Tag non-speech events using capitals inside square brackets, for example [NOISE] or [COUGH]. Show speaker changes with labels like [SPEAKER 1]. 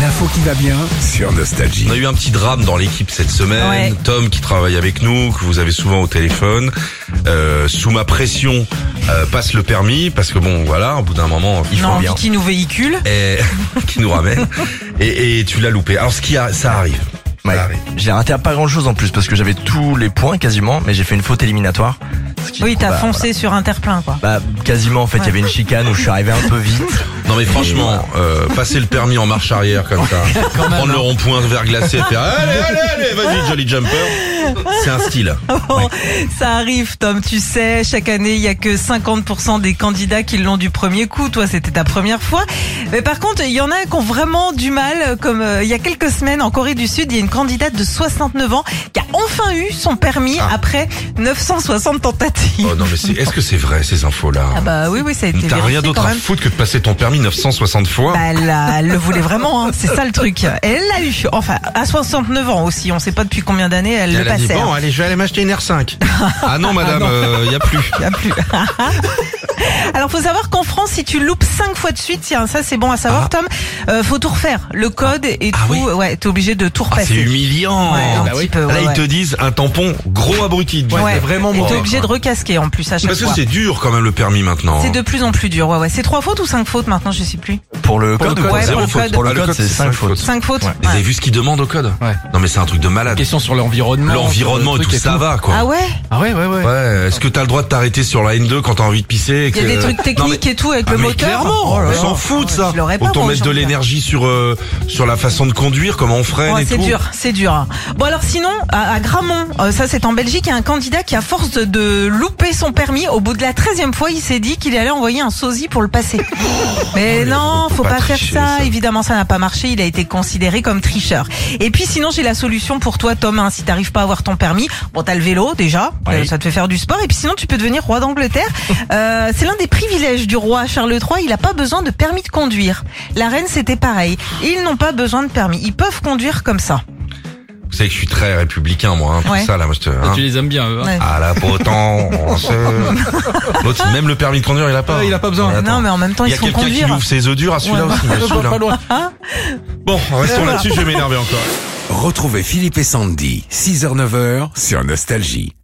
[SPEAKER 1] L'info qui va bien sur Nostalgie.
[SPEAKER 2] On a eu un petit drame dans l'équipe cette semaine.
[SPEAKER 3] Ouais.
[SPEAKER 2] Tom qui travaille avec nous, que vous avez souvent au téléphone, euh, sous ma pression, euh, passe le permis parce que bon, voilà, au bout d'un moment, il faut
[SPEAKER 3] Non,
[SPEAKER 2] bien.
[SPEAKER 3] qui nous véhicule.
[SPEAKER 2] Et, [LAUGHS] qui nous ramène. Et, et tu l'as loupé. Alors ce qui a, ça arrive. Ça
[SPEAKER 4] Ouais.
[SPEAKER 2] arrive.
[SPEAKER 4] J'ai raté à pas grand chose en plus parce que j'avais tous les points quasiment, mais j'ai fait une faute éliminatoire. ce qui,
[SPEAKER 3] Oui,
[SPEAKER 4] du coup,
[SPEAKER 3] t'as
[SPEAKER 4] bah,
[SPEAKER 3] foncé sur un terre-plein,
[SPEAKER 2] [LAUGHS]
[SPEAKER 3] quoi.
[SPEAKER 4] voilà. Bah quasiment en fait, il y avait une chicane où je suis arrivé un peu vite.
[SPEAKER 2] Non mais franchement, euh, passer le permis en marche arrière comme ça, prendre le rond-point verglacé, faire allez allez allez, vas-y jolly jumper, c'est un style.
[SPEAKER 3] Bon, ça arrive, Tom, tu sais, chaque année, il y a que 50% des candidats qui l'ont du premier coup. Toi, c'était ta première fois. Mais par contre, il y en a qui ont vraiment du mal, comme euh, il y a quelques semaines en Corée du Sud, il y a une candidate de 69 ans qui a enfin eu son permis
[SPEAKER 2] Ah.
[SPEAKER 3] après 960 tentatives.
[SPEAKER 2] Oh non mais c'est, est-ce que c'est vrai ces infos là
[SPEAKER 3] Ah bah oui, oui, ça a été
[SPEAKER 2] T'as
[SPEAKER 3] vérifié
[SPEAKER 2] rien d'autre
[SPEAKER 3] quand
[SPEAKER 2] à
[SPEAKER 3] même.
[SPEAKER 2] foutre que de passer ton permis 960 fois.
[SPEAKER 3] Bah, elle, l'a- elle le voulait vraiment, hein. c'est ça le truc. Elle l'a eu, enfin, à 69 ans aussi, on sait pas depuis combien d'années elle
[SPEAKER 2] Et
[SPEAKER 3] le
[SPEAKER 2] elle a dit
[SPEAKER 3] passait.
[SPEAKER 2] bon
[SPEAKER 3] hein.
[SPEAKER 2] allez je vais aller m'acheter une R5. ah non madame,
[SPEAKER 3] [LAUGHS] Ah non.
[SPEAKER 2] il y a plus.
[SPEAKER 3] Y a plus. [LAUGHS] Alors faut savoir qu'en France, si tu loupes 5 fois de suite, tiens, ça c'est bon à savoir, Tom, euh, faut tout refaire, le code et
[SPEAKER 2] Ah
[SPEAKER 3] tout.
[SPEAKER 2] oui.
[SPEAKER 3] Ouais, t'es obligé de tout
[SPEAKER 2] Ah, c'est
[SPEAKER 3] repasser.
[SPEAKER 2] humiliant.
[SPEAKER 3] Ouais, un
[SPEAKER 2] Bah
[SPEAKER 3] petit
[SPEAKER 2] oui.
[SPEAKER 3] peu,
[SPEAKER 2] Là
[SPEAKER 3] ouais,
[SPEAKER 2] ils te
[SPEAKER 3] ouais.
[SPEAKER 2] disent un tampon gros abruti.
[SPEAKER 3] Ouais.
[SPEAKER 2] C'est vraiment
[SPEAKER 3] et
[SPEAKER 2] mauvais,
[SPEAKER 3] t'es obligé de
[SPEAKER 2] quoi.
[SPEAKER 3] recasquer en plus à chaque
[SPEAKER 2] Parce que
[SPEAKER 3] fois.
[SPEAKER 2] c'est dur quand même le permis maintenant.
[SPEAKER 3] C'est de plus en plus dur. Ouais, ouais. C'est trois fautes ou cinq fautes maintenant, je sais plus.
[SPEAKER 4] Pour le
[SPEAKER 3] Pour
[SPEAKER 4] code,
[SPEAKER 3] le
[SPEAKER 4] ou
[SPEAKER 3] code,
[SPEAKER 4] quoi
[SPEAKER 3] ouais,
[SPEAKER 2] Zéro
[SPEAKER 3] pour le
[SPEAKER 2] faute.
[SPEAKER 3] code.
[SPEAKER 4] Pour le code, c'est
[SPEAKER 2] cinq
[SPEAKER 4] 5 fautes.
[SPEAKER 3] Cinq fautes.
[SPEAKER 2] Vous
[SPEAKER 3] Ouais.
[SPEAKER 2] avez vu ce qu'ils demandent au code
[SPEAKER 5] Ouais.
[SPEAKER 2] Non mais c'est un truc de malade.
[SPEAKER 5] question sur l'environnement.
[SPEAKER 2] L'environnement et
[SPEAKER 5] sur le
[SPEAKER 2] tout
[SPEAKER 5] truc
[SPEAKER 2] ça va quoi.
[SPEAKER 3] Ah ouais.
[SPEAKER 5] Ah ouais, ouais, ouais.
[SPEAKER 2] Ouais, est-ce que t'as le droit de t'arrêter sur la N2 quand t'as envie de pisser et
[SPEAKER 3] Il y a
[SPEAKER 2] que-
[SPEAKER 3] des trucs
[SPEAKER 2] Non,
[SPEAKER 3] techniques
[SPEAKER 2] mais-
[SPEAKER 3] et tout avec
[SPEAKER 2] Ah,
[SPEAKER 3] le
[SPEAKER 2] mais
[SPEAKER 3] moteur.
[SPEAKER 2] clairement,
[SPEAKER 3] Oh là
[SPEAKER 2] on
[SPEAKER 3] là.
[SPEAKER 2] s'en fout de
[SPEAKER 3] Ouais,
[SPEAKER 2] ça.
[SPEAKER 3] je l'aurais pas,
[SPEAKER 2] Autant
[SPEAKER 3] moi,
[SPEAKER 2] mettre de
[SPEAKER 3] aujourd'hui. hein.
[SPEAKER 2] l'énergie sur euh, sur la façon de conduire, comment on freine
[SPEAKER 3] Ouais,
[SPEAKER 2] et
[SPEAKER 3] c'est
[SPEAKER 2] tout.
[SPEAKER 3] dur, c'est dur. hein. Bon alors sinon, à, à Grammont, euh, ça c'est en Belgique, il y a un candidat qui à force de, de louper son permis, au bout de la 13 e fois, il s'est dit qu'il allait envoyer un sosie pour le passer. Mais non, faut
[SPEAKER 2] pas
[SPEAKER 3] pas, faire
[SPEAKER 2] tricher,
[SPEAKER 3] ça.
[SPEAKER 2] ça.
[SPEAKER 3] Évidemment, ça n'a pas marché. Il a été considéré comme tricheur. Et puis sinon, j'ai la solution pour toi, Tom. hein, si t'arrives pas à avoir ton permis, bon, t'as le vélo déjà, euh, ça te fait faire du sport. Et puis sinon, tu peux devenir
[SPEAKER 2] [LAUGHS]
[SPEAKER 3] roi d'Angleterre. Euh, c'est l'un des privilèges du roi Charles III. Il a pas besoin de permis de conduire. La reine, c'était pareil. Ils n'ont pas besoin de permis. Ils peuvent conduire comme ça.
[SPEAKER 2] Vous savez que je suis très républicain moi, hein, tout
[SPEAKER 3] Ouais.
[SPEAKER 2] ça là, moi, je te- hein.
[SPEAKER 5] Tu les aimes bien, eux. hein.
[SPEAKER 3] Ouais.
[SPEAKER 2] Ah là, pour autant, on se... L'autre, même le permis de conduire, il a pas.
[SPEAKER 5] Ouais, Ah, il a pas besoin.
[SPEAKER 2] Ouais, attends.
[SPEAKER 3] non, mais en même temps,
[SPEAKER 2] Il y
[SPEAKER 3] ils
[SPEAKER 2] a
[SPEAKER 3] sont
[SPEAKER 2] quelqu'un qui lui
[SPEAKER 3] conduire. Hein
[SPEAKER 2] ouvre ses œufs durs à celui-là
[SPEAKER 3] Ouais.
[SPEAKER 2] aussi. à celui-là. Bon, restons là-dessus, je vais m'énerver encore.
[SPEAKER 1] Retrouvez Philippe et Sandy, 6h-9h sur Nostalgie.